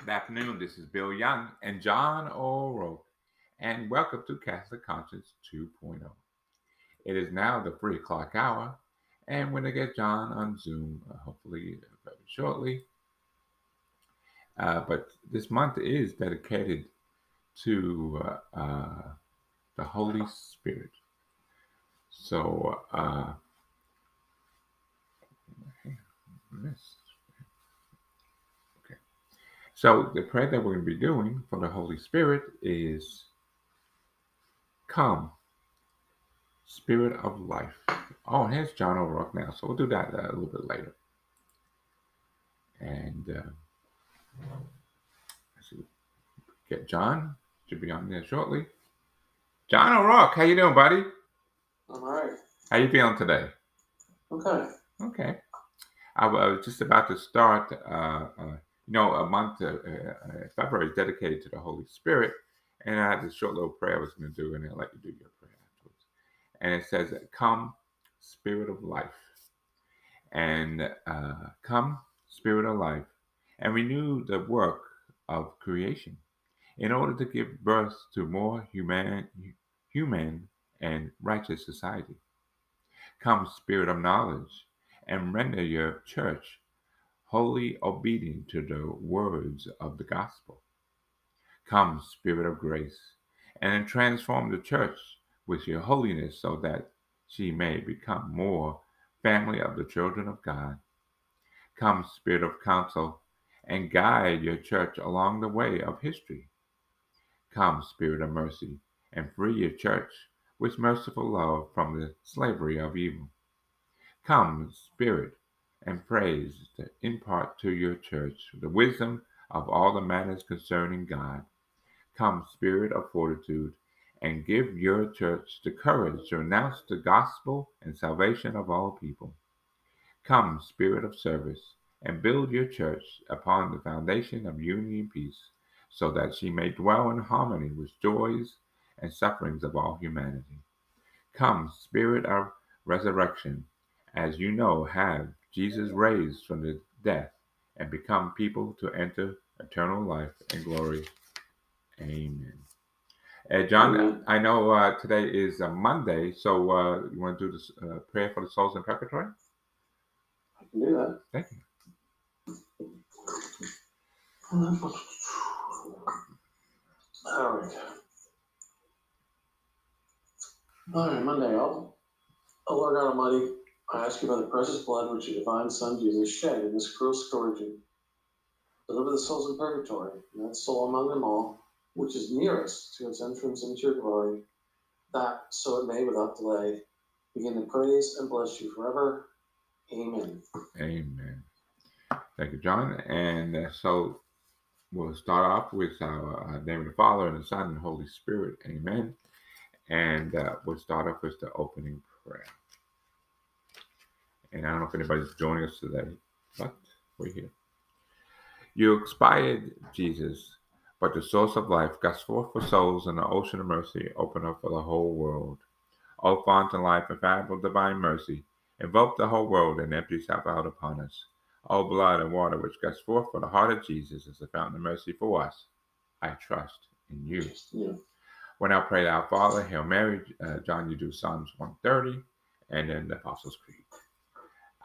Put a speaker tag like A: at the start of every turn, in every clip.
A: Good afternoon. This is Bill Young and John O'Rourke, and welcome to Cast of Conscience 2.0. It is now the three o'clock hour, and when I get John on Zoom, uh, hopefully very shortly. Uh, but this month is dedicated to uh, uh, the Holy Spirit. So, uh, missed. Okay. So the prayer that we're going to be doing for the Holy Spirit is Come, Spirit of Life. Oh, here's John O'Rourke now. So we'll do that uh, a little bit later. And uh, let's see. Get John. Should be on there shortly. John O'Rourke, how you doing, buddy?
B: I'm alright.
A: How you feeling today?
B: Okay.
A: Okay. I wa- I was just about to start, uh, uh, you know, a month, uh, uh, uh, February is dedicated to the Holy Spirit. And I had this short little prayer I was going to do, and I let you do your prayer afterwards. And it says, Come, Spirit of life, and uh, come, Spirit of life, and renew the work of creation in order to give birth to more human, human and righteous society. Come, Spirit of knowledge, and render your church wholly obedient to the words of the gospel. Come, Spirit of grace, and transform the church with your holiness so that she may become more family of the children of God. Come, Spirit of counsel, and guide your church along the way of history. Come, Spirit of mercy, and free your church with merciful love from the slavery of evil. Come, Spirit, and praise to impart to your church the wisdom of all the matters concerning God. Come, Spirit of fortitude, and give your church the courage to announce the gospel and salvation of all people. Come, Spirit of service, and build your church upon the foundation of unity and peace, so that she may dwell in harmony with joys and sufferings of all humanity. Come, Spirit of resurrection, as you know, have Jesus raised from the death and become people to enter eternal life and glory. Amen. Uh, John,
B: Amen.
A: I know uh, today is a Monday, so uh, you want to do this uh, prayer for the souls in purgatory?
B: I can do that.
A: Thank
B: Alright. Alright, Monday, all. O Lord God Almighty, I ask you by the precious blood which your divine Son Jesus shed in this cruel scourging. Deliver the souls in purgatory, and that soul among them all, which is nearest to its entrance into your glory, that so it may without delay begin to praise and bless you forever. Amen.
A: you. Amen. Thank you, John. And uh, so we'll start off with our uh, name of the Father and the Son and the Holy Spirit. Amen. And uh, we'll start off with the opening prayer. and I don't know if anybody's joining us today, but we're here. You expired, Jesus, but the source of life gush forth for souls in the ocean of mercy open up for the whole world. O font of life, infallible divine mercy, invoke the whole world and empty yourself out upon us. O blood and water which gush forth for the heart of Jesus is the fountain of mercy for us. I trust in you.
B: Yeah.
A: When I pray our Father, Hail Mary, uh, John, you do Psalms 130, and then the Apostles' Creed.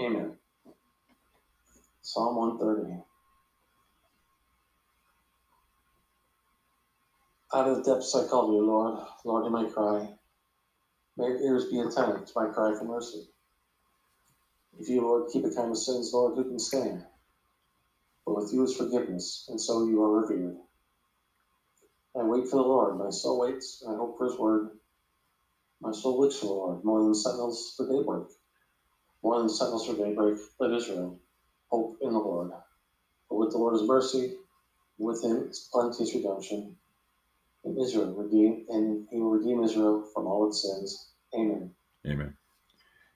B: Amen. Psalm 130. Out of the depths I call to you, Lord. Lord, hear my cry. May your ears be attentive to my cry for mercy. If you, Lord, keep account of sins, Lord, who can stand? But with you is forgiveness, and so you are revered. I wait for the Lord, my soul waits, and I hope for his word. My soul looks for the Lord, more than sentinels for daybreak, more than sentinels for daybreak. Let Israel hope in the Lord. But with the Lord is mercy, With him is plenteous redemption in Israel, redeem, and he will redeem Israel from all its sins. Amen.
A: Amen.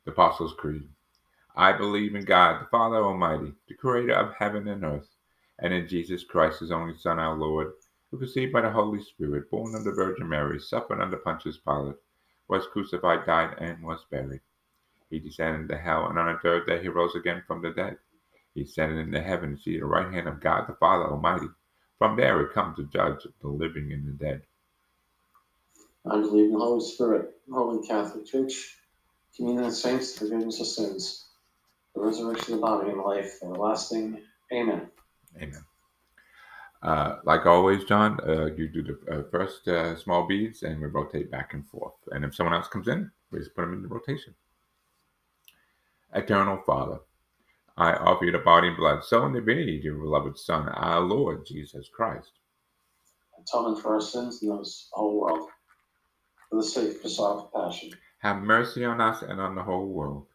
A: The Apostles' Creed. I believe in God, the Father Almighty, the creator of heaven and earth, and in Jesus Christ, his only Son, our Lord, who conceived by the Holy Spirit, born of the Virgin Mary, suffered under Pontius Pilate, was crucified, died, and was buried. He descended into hell, and on the third day he rose again from the dead. He ascended into heaven and seated at the right hand of God the Father Almighty. From there he comes to judge the living and the dead.
B: I believe in the Holy Spirit, the Holy Catholic Church, communion of saints, the forgiveness of sins, the resurrection of the body, and life everlasting. Amen.
A: Amen. Uh, like always, John, uh, you do the uh, first uh, small beads and we rotate back and forth. And if someone else comes in, we just put them into rotation. Eternal Father, I offer you the body and blood, soul, and divinity of your beloved Son, our Lord Jesus Christ.
B: Atonement for our sins and those of the whole world. For the sake of his sorrowful passion.
A: Have mercy on us and on the whole world.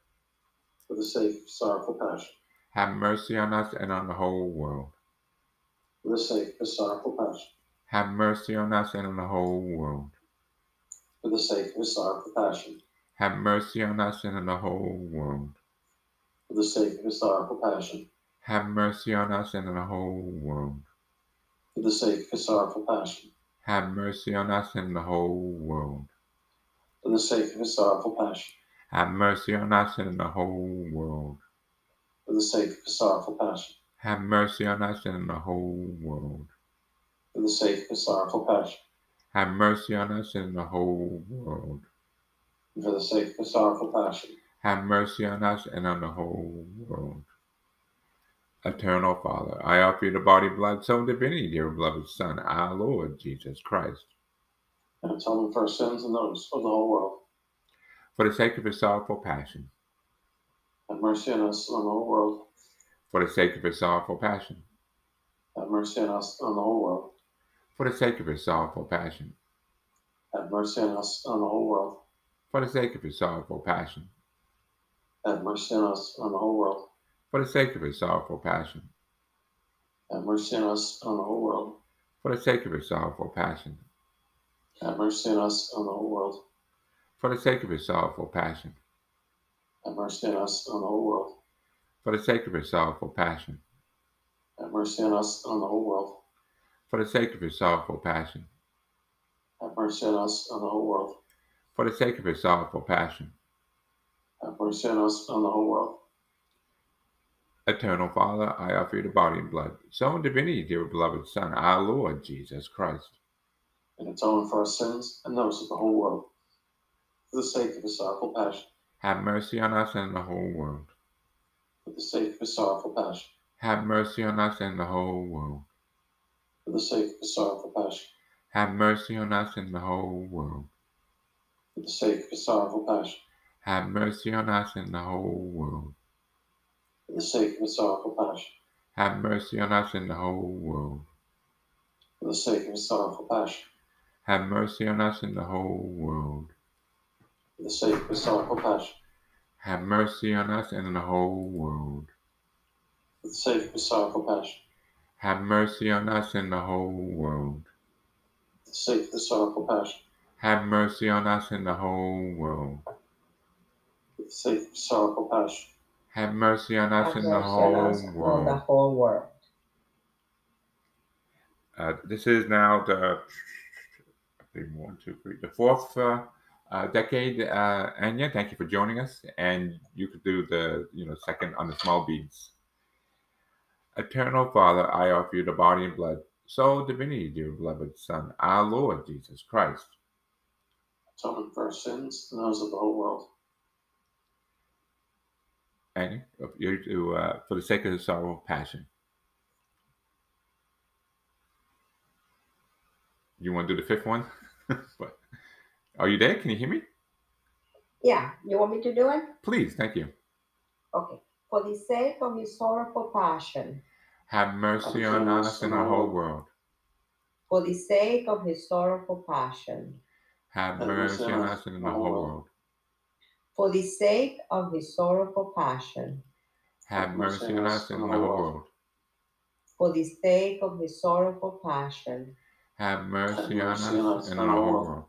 B: For the sake of his sorrowful passion.
A: Have mercy on us and on the whole world.
B: For the sake of his sorrowful passion.
A: Have mercy on us and on the whole world.
B: For the sake of his sorrowful passion.
A: Have mercy on us and on the whole world.
B: For the sake of his sorrowful passion.
A: Have mercy on us and on the whole world.
B: For the sake of his sorrowful passion.
A: Have mercy on us and the whole world.
B: For the sake of his sorrowful passion.
A: Have mercy on us and the whole world.
B: For the sake of his sorrowful passion.
A: Have mercy on us and the whole world.
B: For the sake of his sorrowful passion.
A: Have mercy on us and the whole world.
B: And for the sake of his sorrowful passion.
A: Have mercy on us and on the whole world. Eternal Father, I offer you the body, blood, soul, and divinity, dear beloved Son, our Lord Jesus Christ,
B: And atonement for our sins and those of the whole world.
A: for the sake of his sorrowful passion,
B: Have mercy on us and on the whole world.
A: for the sake of his sorrowful passion,
B: Have mercy on us and on the whole world.
A: for the sake of his sorrowful passion,
B: Have mercy on us and on the whole world.
A: for the sake of his sorrowful passion,
B: Have mercy on us and on the whole world.
A: for the sake of his sorrowful passion,
B: Have mercy on us and on the whole world.
A: for the sake of his sorrowful passion,
B: Have mercy on us and on the whole world.
A: for the sake of his sorrowful passion,
B: Have mercy on us and on the whole world.
A: for the sake of his sorrowful passion,
B: Have mercy on us and on the whole world.
A: for the sake of his sorrowful passion,
B: Have mercy on us and on the whole world.
A: for the sake of his sorrowful passion.
B: Have mercy on us and on the whole world.
A: Eternal Father, I offer you the body and blood, soul, and divinity, dear beloved Son, our Lord Jesus Christ,
B: And atone for our sins and those of the whole world. For the sake of his sorrowful passion.
A: Have mercy on us and the whole world.
B: For the sake of his sorrowful passion.
A: Have mercy on us and the whole world.
B: For the sake of his sorrowful passion.
A: Have mercy on us and the whole world.
B: For the sake of his sorrowful passion.
A: Have mercy on us and the whole world.
B: For the sake of his sorrowful passion.
A: Have mercy on us and the whole world.
B: For the sake of his sorrowful passion.
A: Have mercy on us and the whole world.
B: For the sake of his sorrowful passion.
A: Have mercy on us and the whole world.
B: For the sake of his sorrowful passion.
A: Have mercy on us and the whole world.
B: For the sake of his sorrowful passion.
A: Have mercy on us and the whole world.
B: For the sake of his sorrowful passion.
A: Have mercy on us and the
C: Have mercy on
A: whole
C: us and on the
A: world.
C: whole world.
A: Uh, this is now the I think one, two, three, the fourth uh, uh, decade. Uh, Anya, thank you for joining us, and you could do the you know second on the small beads. Eternal Father, I offer you the body and blood, soul, divinity, dear beloved Son, our Lord Jesus Christ,
B: Atonement for our sins and those of the whole world.
A: Anya, of you to uh, for the sake of the sorrow, passion. You want to do the fifth one? But- Are you there? Can you hear me?
C: Yeah, you want me to do it?
A: Please, thank you.
C: Okay. For the sake of his sorrowful passion,
A: Have mercy on us and the whole world.
C: for the sake of his sorrowful passion,
A: Have mercy on us and the whole world.
C: for the sake of his sorrowful passion,
A: Have mercy on us and the whole world.
C: for the sake of his sorrowful passion,
A: Have mercy on
B: mercy on
A: us
B: us,
A: and
B: O
A: on our
B: Lord.
A: world.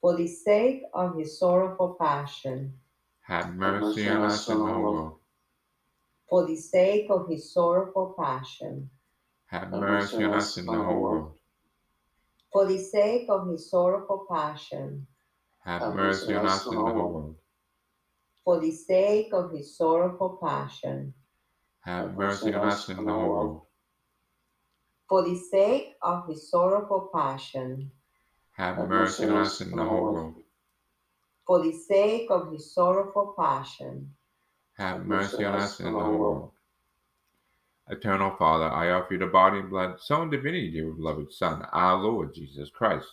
C: for the sake of his sorrowful passion,
A: Have mercy on us and on our world.
C: for the sake of his sorrowful passion,
A: Have mercy on us and on our world.
C: for the sake of his sorrowful passion,
A: Have mercy on us and on our world.
C: for the sake of his sorrowful passion,
A: Have mercy on us and on our world.
C: for the sake of his sorrowful passion,
A: Have mercy on us and on our world.
C: for the sake of his sorrowful passion,
A: Have mercy on us and on our world. Eternal Father, I offer you the body and blood, soul and divinity of your beloved Son, our Lord Jesus Christ.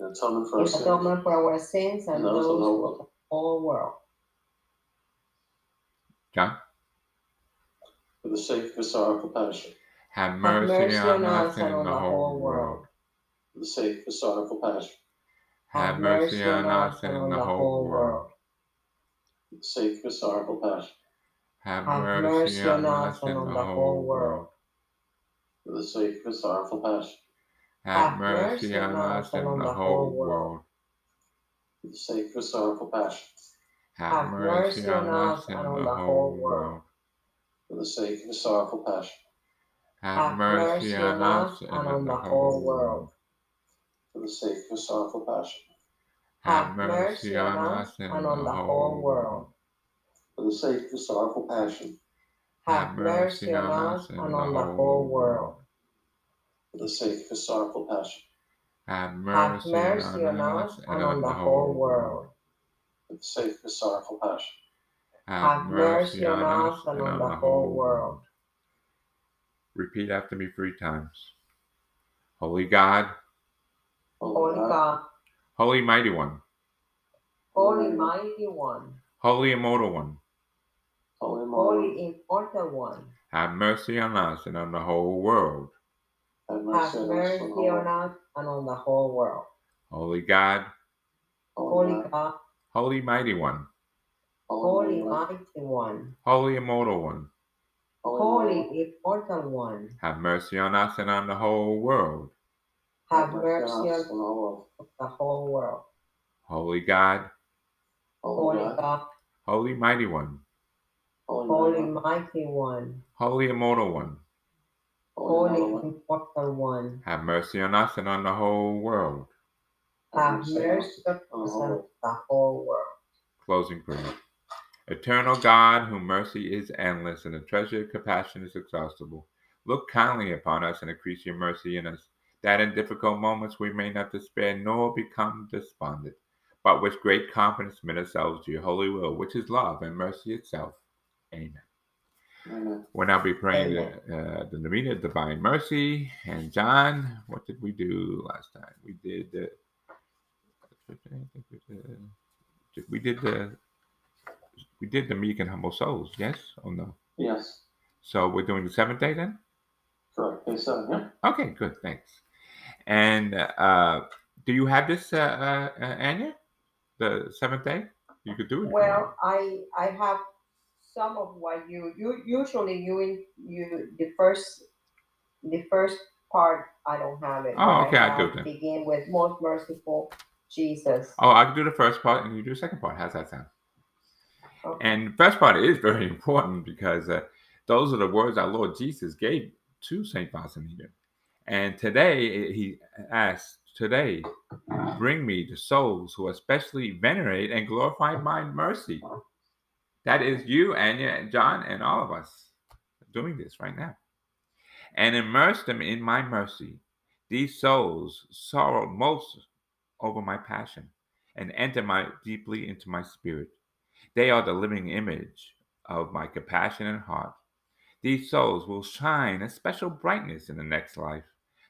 B: in atonement for
C: in
B: our sins.
C: atonement for our sins and
B: And those of the
C: those
B: world.
C: of all world.
A: John,
B: for the sake of his sorrowful passion,
A: have
C: Have
A: mercy, on us and on the whole world.
B: for the sake of his sorrowful passion,
A: Have mercy on us and on the whole world.
B: for the sake of his sorrowful passion,
A: Have
C: Have
A: mercy on us and on the whole world.
B: for the sake of his sorrowful passion,
A: Have mercy on us and on the whole world.
B: for the sake of his sorrowful passion,
A: Have mercy on us and on the whole world.
B: for the sake of his sorrowful passion,
A: Have mercy on us and on the whole world.
B: for the sake of his sorrowful passion,
A: Have mercy on us and on the whole world.
B: for the sake of his sorrowful passion,
C: Have mercy on us and on the whole world.
B: for the sake of his sorrowful passion,
A: Have
C: Have
A: mercy
C: mercy on us and on the whole world.
B: for the sake of his sorrowful passion,
C: Have mercy on us and on the whole world.
A: Repeat after me three times. Holy God,
C: Holy God,
A: Holy Mighty One,
C: Holy Mighty One,
A: Holy Immortal One,
B: Holy Mary,
C: Holy Immortal One,
A: have mercy on us and on the whole world.
B: have
C: have
B: mercy on us.
C: mercy
B: and
C: on
B: all-
C: us and on the whole world.
A: Holy God,
B: Holy
C: Holy
B: Mary,
C: God,
A: Holy Mighty One,
C: Holy
B: Mary,
C: Mighty One,
A: Holy Immortal One,
B: Holy Mary,
C: Holy Immortal One,
A: have mercy on us and on the whole world.
C: have mercy
B: on us.
C: on
B: and all world.
C: the whole world.
A: Holy God,
B: Holy
C: Holy
B: God,
C: God,
A: Holy Mighty One,
C: Holy
B: Holy Mary,
C: Mighty One,
A: Holy Immortal One,
C: Holy
B: Holy Mary,
C: Immortal One,
A: have mercy on us and on the whole world.
C: have mercy on us and the whole world.
A: Closing prayer. Eternal God, whose mercy is endless and the treasure of compassion is exhaustible, look kindly upon us and increase your mercy in us, that in difficult moments we may not despair nor become despondent, but with great confidence submit ourselves to your holy will, which is love and mercy itself. Amen.
B: Amen.
A: We'll now be praying the, uh, the Novena of Divine Mercy. And John, what did we do last time? We did the. We did the. We did the meek and humble souls. Yes or no?
B: Yes,
A: So we're doing the seventh day then.
B: correct. Based on yeah.
A: Okay, good. Thanks. And uh, do you have this, uh, uh, uh, Anya? The seventh day. You could do it. if you want.
C: Well, I, I have some of what you, you, usually you, in you, the first, the first part, I don't have it.
A: Oh,
C: but
A: okay, I
C: have
A: do then.
C: Begin with most merciful Jesus.
A: Oh, I can do the first part and you do the second part. How's that sound?
C: Okay.
A: And the first part is very important because uh, those are the words our Lord Jesus gave to Saint Faustina. And today eh, he asked, "Today, bring me the souls who especially venerate and glorify my mercy." That is you, Anya, and John, and all of us doing this right now. And immerse them in my mercy. These souls sorrow most over my passion and enter my deeply into my spirit. They are the living image of my compassionate heart. These souls will shine a special brightness in the next life.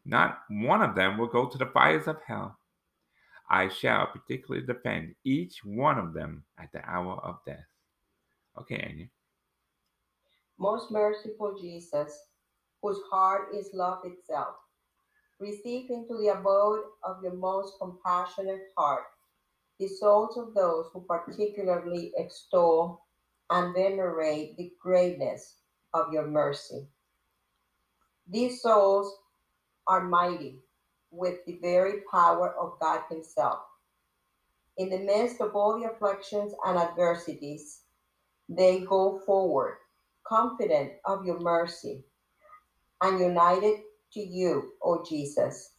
A: Not one of them will go to the fires of hell. I shall particularly defend each one of them at the hour of death. Okay, Anya.
C: Most merciful Jesus, whose heart is love itself, receive into the abode of your most compassionate heart the souls of those who particularly extol and venerate the greatness of your mercy. These souls are mighty with the very power of God Himself. In the midst of all the afflictions and adversities, they go forward, confident of your mercy, and united to you, O Jesus.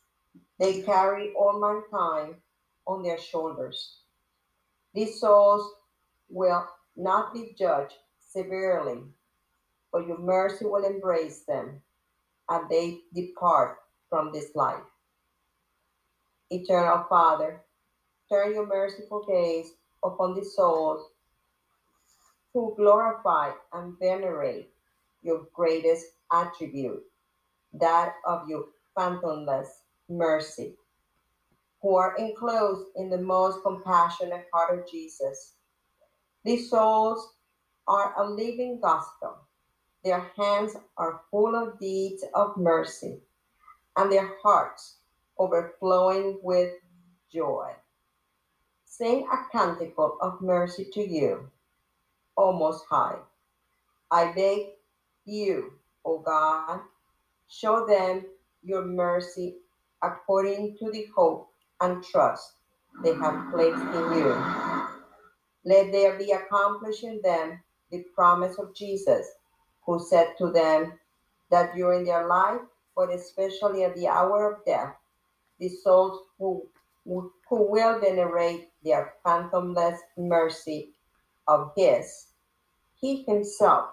C: They carry all mankind on their shoulders. These souls will not be judged severely, but your mercy will embrace them and they depart from this life. Eternal Father, turn your merciful gaze upon the souls who glorify and venerate your greatest attribute, that of your phantomless mercy, who are enclosed in the most compassionate heart of Jesus. These souls are a living gospel. Their hands are full of deeds of mercy, and their hearts overflowing with joy. Sing a canticle of mercy to you, O Most High. I beg you, O God, show them your mercy according to the hope and trust they have placed in you. Let there be accomplished in them the promise of Jesus, who said to them that during their life, but especially at the hour of death, the souls who, who will venerate their phantomless mercy of His, He Himself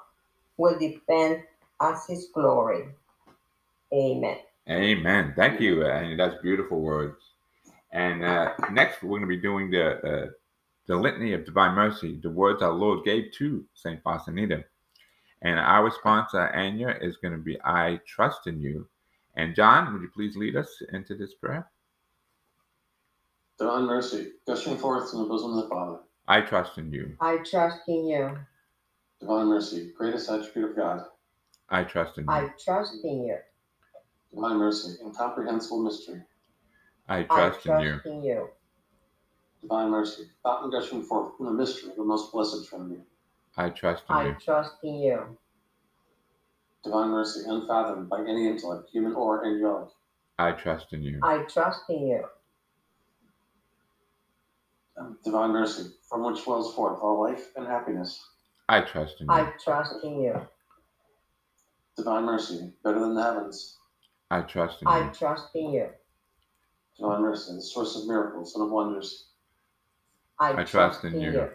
C: will defend as His glory. Amen.
A: Amen. Thank you. And that's beautiful words. And uh, next, we're going to be doing the uh, the litany of divine mercy, the words our Lord gave to Saint Faustinita. And our sponsor, Anya, is going to be I trust in you. And John, would you please lead us into this prayer?
B: Divine mercy, gushing forth from the bosom of the Father.
A: I trust in you.
C: I trust in you.
B: Divine mercy, greatest attribute of God.
A: I trust in you.
C: I trust in you.
B: Divine mercy, incomprehensible mystery.
A: I
C: I
A: trust in you.
C: trust in you.
B: Divine mercy, fountain gushing forth from the mystery of the most blessed Trinity.
A: I trust in
C: I
A: you.
C: trust in you.
B: Divine mercy, unfathomed by any intellect, human or angelic.
A: I trust in you.
C: I trust in you.
B: Divine mercy, from which wells forth all life and happiness.
A: I trust in you.
C: I trust in you.
B: Divine mercy, better than the heavens.
A: I trust in
C: I
A: you.
C: trust in you.
B: Divine mercy, the source of miracles and of wonders.
A: I trust in you.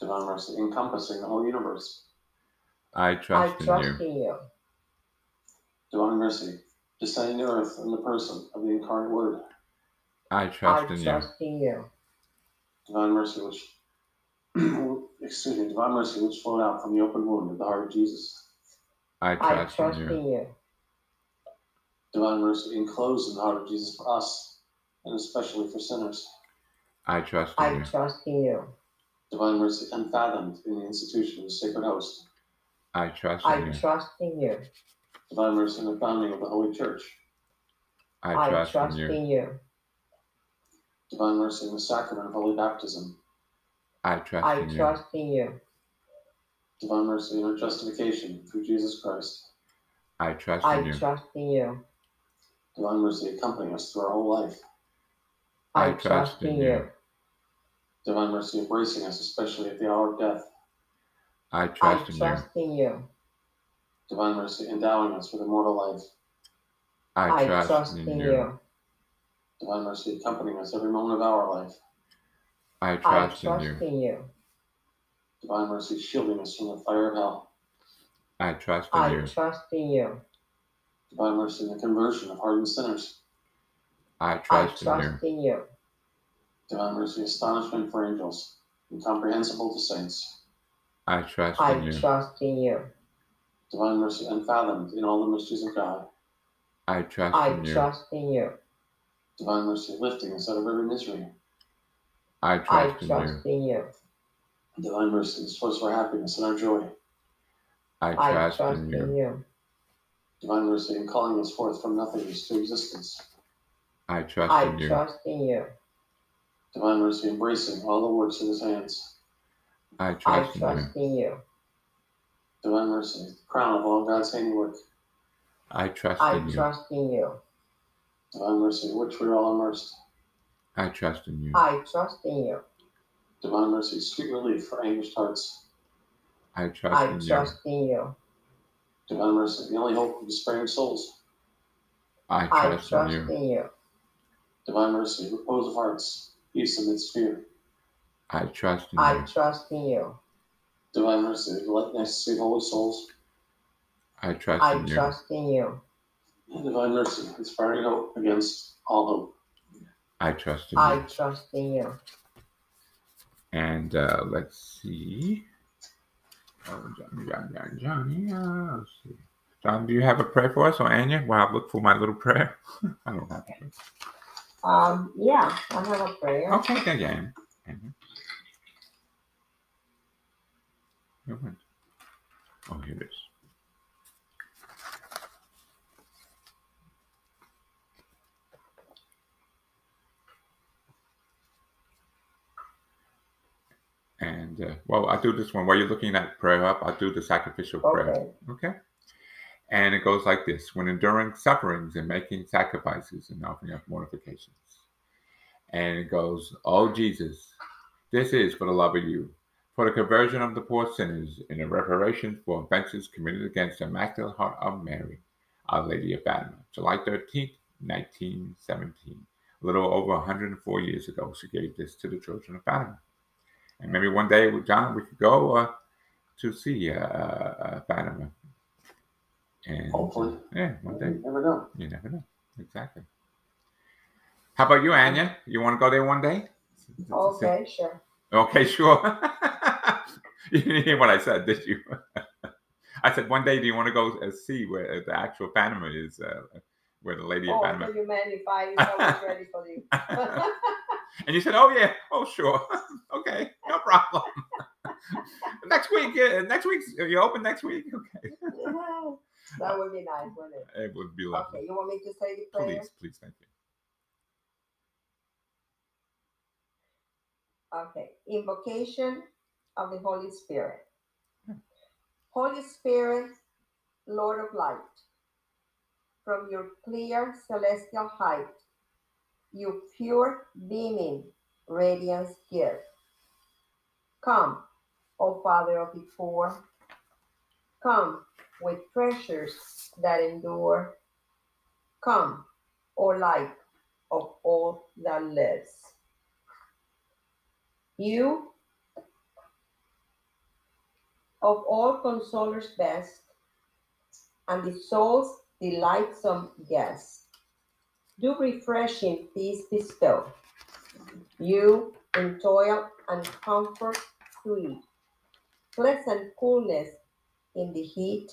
B: Divine mercy, encompassing the whole universe.
A: I
C: I
A: trust in you.
C: trust in you.
B: Divine mercy, descending to earth in the person of the incarnate Word.
A: I
C: I
A: trust in you.
C: trust in you.
B: Divine mercy, which excuse me, divine mercy, which flowed out from the open wound of the heart of Jesus.
A: I
C: I
A: trust
C: trust
A: in you.
C: in you.
B: Divine mercy, enclosed in the heart of Jesus for us, and especially for sinners.
A: I trust
C: I
A: in you.
C: trust in you.
B: Divine mercy, unfathomed in the institution of the sacred host.
A: I trust
C: I
A: in you.
C: trust in you.
B: Divine mercy, in the founding of the Holy Church.
A: I
C: I
A: trust in
C: trust
A: you.
C: in you.
B: Divine mercy, in the sacrament of holy baptism.
A: I
C: I
A: trust in you.
C: trust in you.
B: Divine mercy, in our justification through Jesus Christ.
A: I trust
C: I
A: in you.
C: trust in you.
B: Divine mercy, accompanying us through our whole life.
A: I trust in you.
B: Divine mercy, embracing us, especially at the hour of death.
A: I
C: I
A: trust in you.
C: trust in you.
B: Divine mercy, endowing us with immortal life.
A: I trust in you.
B: Divine mercy, accompanying us every moment of our life.
A: I
C: I
A: trust in
C: trust
A: you.
C: in you.
B: Divine mercy, shielding us from the fire of hell.
A: I trust in
C: I
A: you.
C: trust in you.
B: Divine mercy, in the conversion of hardened sinners.
A: I
C: I
A: trust in you.
C: trust in you.
B: Divine mercy, astonishment for angels, incomprehensible to saints.
A: I trust
C: I
A: in you.
C: trust in you.
B: Divine mercy, unfathomed in all the mysteries of God.
A: I trust
C: I
A: in you.
C: trust in you.
B: Divine mercy, lifting us out of every misery.
A: I
C: I
A: trust in you.
C: trust in you.
B: Divine mercy, the source of our happiness and our joy.
A: I
C: I
A: trust
C: trust
A: in
C: in
A: you.
C: you.
B: Divine mercy, in calling us forth from nothingness to existence.
A: I trust
C: I
A: in you.
C: trust in you.
B: Divine mercy, embracing all the works of his hands.
A: I
C: I
A: trust in you.
C: trust in you.
B: Divine mercy, the crown of all God's handiwork.
A: I trust
C: I
A: in you.
C: trust in you.
B: Divine mercy, in which we're all immersed.
A: I trust in you.
C: I trust in you.
B: Divine mercy, sweet relief for anguished hearts.
A: I
C: I
A: trust in you.
C: trust in you.
B: Divine mercy, the only hope of despairing souls.
A: I
C: I
A: trust in
C: trust
A: you.
C: in you.
B: Divine mercy, repose of hearts, peace amidst fear.
A: I trust in
C: I
A: you.
C: trust in you.
B: Divine mercy, likeness, sweet holy souls.
A: I trust
C: I
A: in you.
C: trust in you.
B: And divine mercy, inspiring hope against all hope.
A: I trust in
C: I
A: you.
C: trust in you.
A: And uh, let's see. Oh, Johnny, Johnny, Johnny, Johnny. Uh, let's see. John, do you have a prayer for us or Anya? While I look for my little prayer. I don't have it.
C: Um, yeah, I have a prayer.
A: Okay, yeah, yeah. Anya. Anya. Where went- Oh, here it is. And uh, well, I'll do this one while you're looking at prayer up. I'll do the sacrificial prayer.
C: Okay.
A: Okay. And it goes like this when enduring sufferings and making sacrifices and offering up mortifications. And it goes, Oh Jesus, this is for the love of you, for the conversion of the poor sinners and the reparation for offenses committed against the Immaculate Heart of Mary, Our Lady of Fatima, July 13th, 1917. A little over 104 years ago, she gave this to the children of Fatima. And maybe one day, with John, we could go uh, to see uh, uh, uh, Fatima. And,
B: Hopefully.
A: Yeah, one day.
B: You never know.
A: You never know. Exactly. How about you, Anya? You want to go there one day?
C: Okay, sure.
A: Okay, sure. you didn't hear what I said, did you? I said one day. Do you want to go uh, see where the actual Fatima is, uh, where the Lady of
C: Oh,
A: Fatima?
C: so you meant if I, if I was ready for you.
A: and you said, "Oh yeah, oh sure, okay, no problem." next week, uh, next week, you open next week. Okay,
C: That would be nice, wouldn't it?
A: it would be lovely.
C: Okay, you want me to say the prayer?
A: Please, please, thank you.
C: Okay, invocation of the Holy Spirit. Holy Spirit, Lord of light, from your clear celestial height, your pure beaming radiance give. Come, O Father of the poor, come with treasures that endure. Come, O light of all that lives. You, of all consolers best, and the soul's delightsome guest, do refreshing peace bestow. You, in toil and comfort sweet, pleasant coolness in the heat,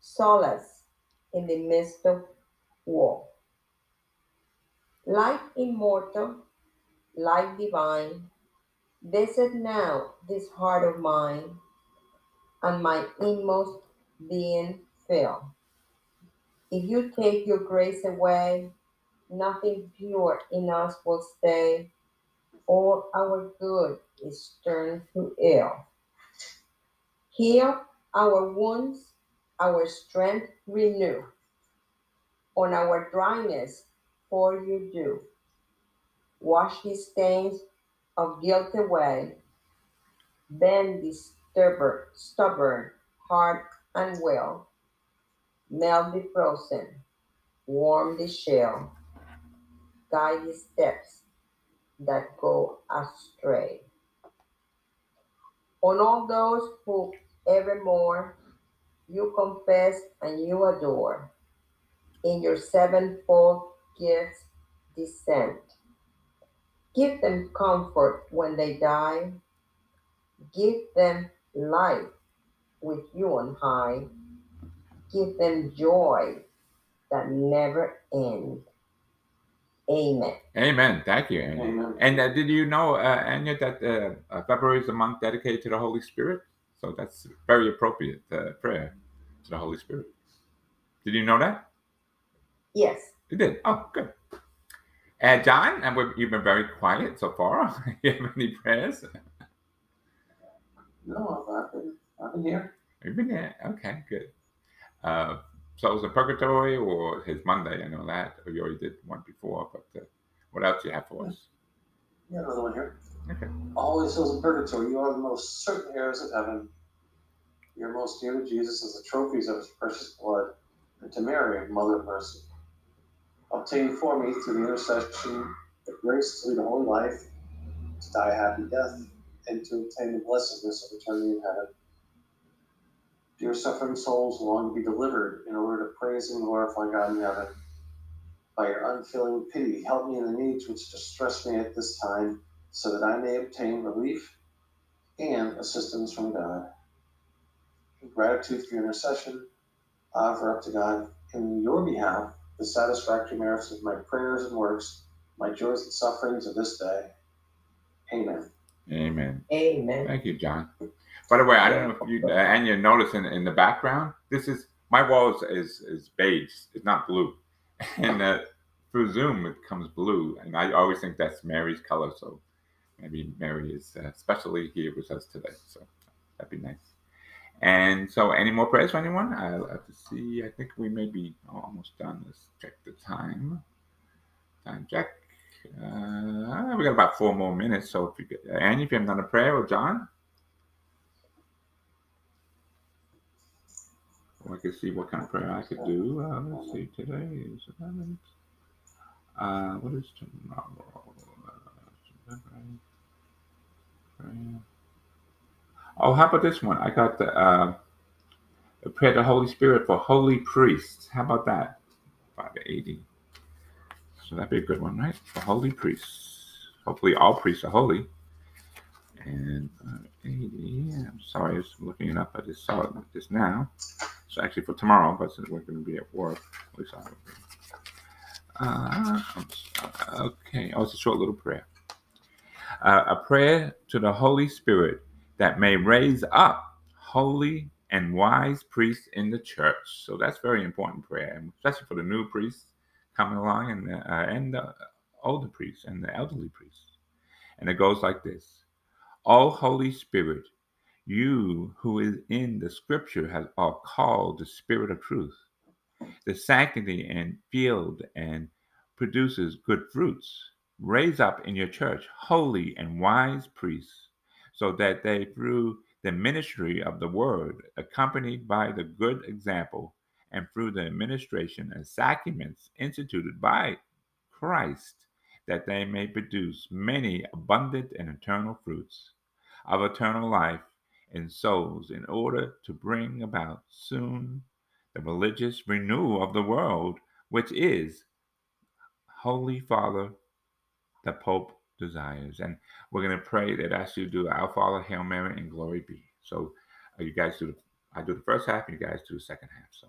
C: solace in the midst of war. Light immortal, light divine, Visit now this heart of mine and my inmost being fill. If you take your grace away, nothing pure in us will stay. All our good is turned to ill. Heal our wounds, our strength renew. On our dryness, for you do. Wash the stains of guilt away, bend the stubborn, stubborn heart and will, melt the frozen, warm the shell, guide the steps that go astray. On all those who evermore you confess and you adore, in your sevenfold gifts descend. Give them comfort when they die. Give them life with you on high. Give them joy that never ends. Amen.
A: Amen. Thank you, Anya.
B: Amen.
A: And uh, did you know, uh, Anya, that uh, uh, February is a month dedicated to the Holy Spirit? So that's very appropriate uh, prayer to the Holy Spirit. Did you know that?
C: Yes.
A: You did. Oh, good. Uh, John, and we've, you've been very quiet so far. you have any prayers?
B: No, I've been, I've been here.
A: You've been there. Okay, good. Uh, souls in purgatory or his Monday? I know that. We already did one before, but uh, what else you have for us?
B: Yeah, another one here.
A: Okay.
B: All these souls in purgatory, you are the most certain heirs of heaven. You're most dear to Jesus as the trophies of his precious blood, and to Mary, Mother of Mercy. Obtain for me through the intercession the grace to lead a holy life, to die a happy death, and to obtain the blessedness of eternity in heaven. Dear suffering souls, long to be delivered in order to praise and glorify God in heaven. By your unfailing pity, help me in the needs which distress me at this time, so that I may obtain relief and assistance from God. In gratitude for your intercession, I offer up to God in your behalf the satisfactory merits of my prayers and works, my joys and sufferings of this day. Amen.
A: Amen.
C: Amen.
A: Thank you, John. By the way, I don't know if you uh, and you notice in, in the background, this is my wall is is, is beige. It's not blue, and uh, through Zoom it comes blue, and I always think that's Mary's color. So maybe Mary is uh, specially here with us today. So that'd be nice. And so, any more prayers for anyone? I'll have to see. I think we may be almost done. Let's check the time. Time check. Uh, we got about four more minutes. So, if you could, Annie, if you haven't done a prayer, or John, I can see what kind of prayer I could do. Uh, let's see, today is 11th. Uh, what is tomorrow? Uh, prayer. Oh, how about this one? I got the uh, prayer to the Holy Spirit for holy priests. How about that? 580. So that'd be a good one, right? For holy priests. Hopefully, all priests are holy. And 580. I'm sorry, I was looking it up. I just saw it just now. So actually for tomorrow, but since we're going to be at work, at least I will be. Uh, I'm s- okay. Oh, it's a short little prayer. Uh, a prayer to the Holy Spirit that may raise up holy and wise priests in the church. So that's very important prayer, and especially for the new priests coming along and the, uh, and the older priests and the elderly priests. And it goes like this: O Holy Spirit, you who is in the scripture have, are called the spirit of truth, the sanctity and field and produces good fruits. Raise up in your church holy and wise priests, so that they, through the ministry of the word, accompanied by the good example, and through the administration and sacraments instituted by Christ, that they may produce many abundant and eternal fruits of eternal life in souls in order to bring about soon the religious renewal of the world, which is Holy Father, the Pope desires. And we're going to pray that as you do Our Father, Hail Mary, and Glory be. So uh, you guys do the, I do the first half, and you guys do the second half. So,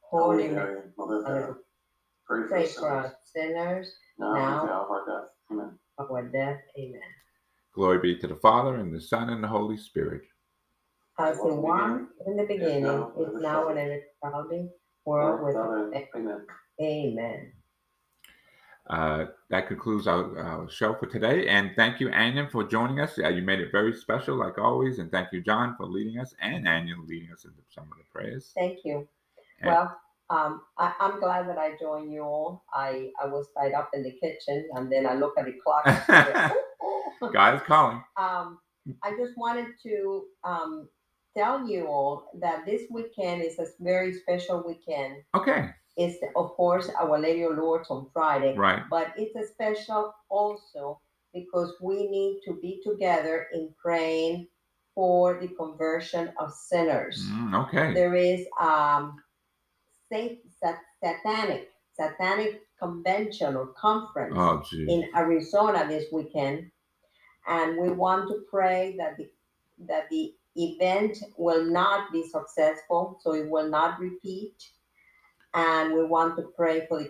C: Holy Mary,
B: Mary, Mother of God, pray for
C: pray
B: us
C: for
B: sinners,
C: us sinners,
B: now and at
C: now.
B: the hour of our death. Amen.
C: our death. Amen.
A: Glory be to the Father, and the Son, and the Holy Spirit.
C: As the one in the beginning,
B: now,
C: is
B: and
C: now, and
B: forever.
C: ever shall world without end.
B: Amen.
C: Amen.
A: Uh, that concludes our, our show for today. And thank you, Anion, for joining us. Uh, you made it very special, like always. And thank you, John, for leading us, and Anion leading us into some of the prayers.
C: Thank you.
A: And-
C: Well, um, I, I'm glad that I joined you all. I, I was tied up in the kitchen and then I look at the clock. and I said, "Oh, oh."
A: God is calling.
C: um, I just wanted to um, tell you all that this weekend is a very special weekend.
A: Okay,
C: It's, of course, Our Lady of Lords on Friday.
A: right.
C: but it's a special also because we need to be together in praying for the conversion of sinners.
A: Mm, okay.
C: There is um, sat- sat- satanic satanic convention or conference
A: Oh, gee.
C: in Arizona this weekend, and we want to pray that the that the event will not be successful, so it will not repeat, and we want to pray for the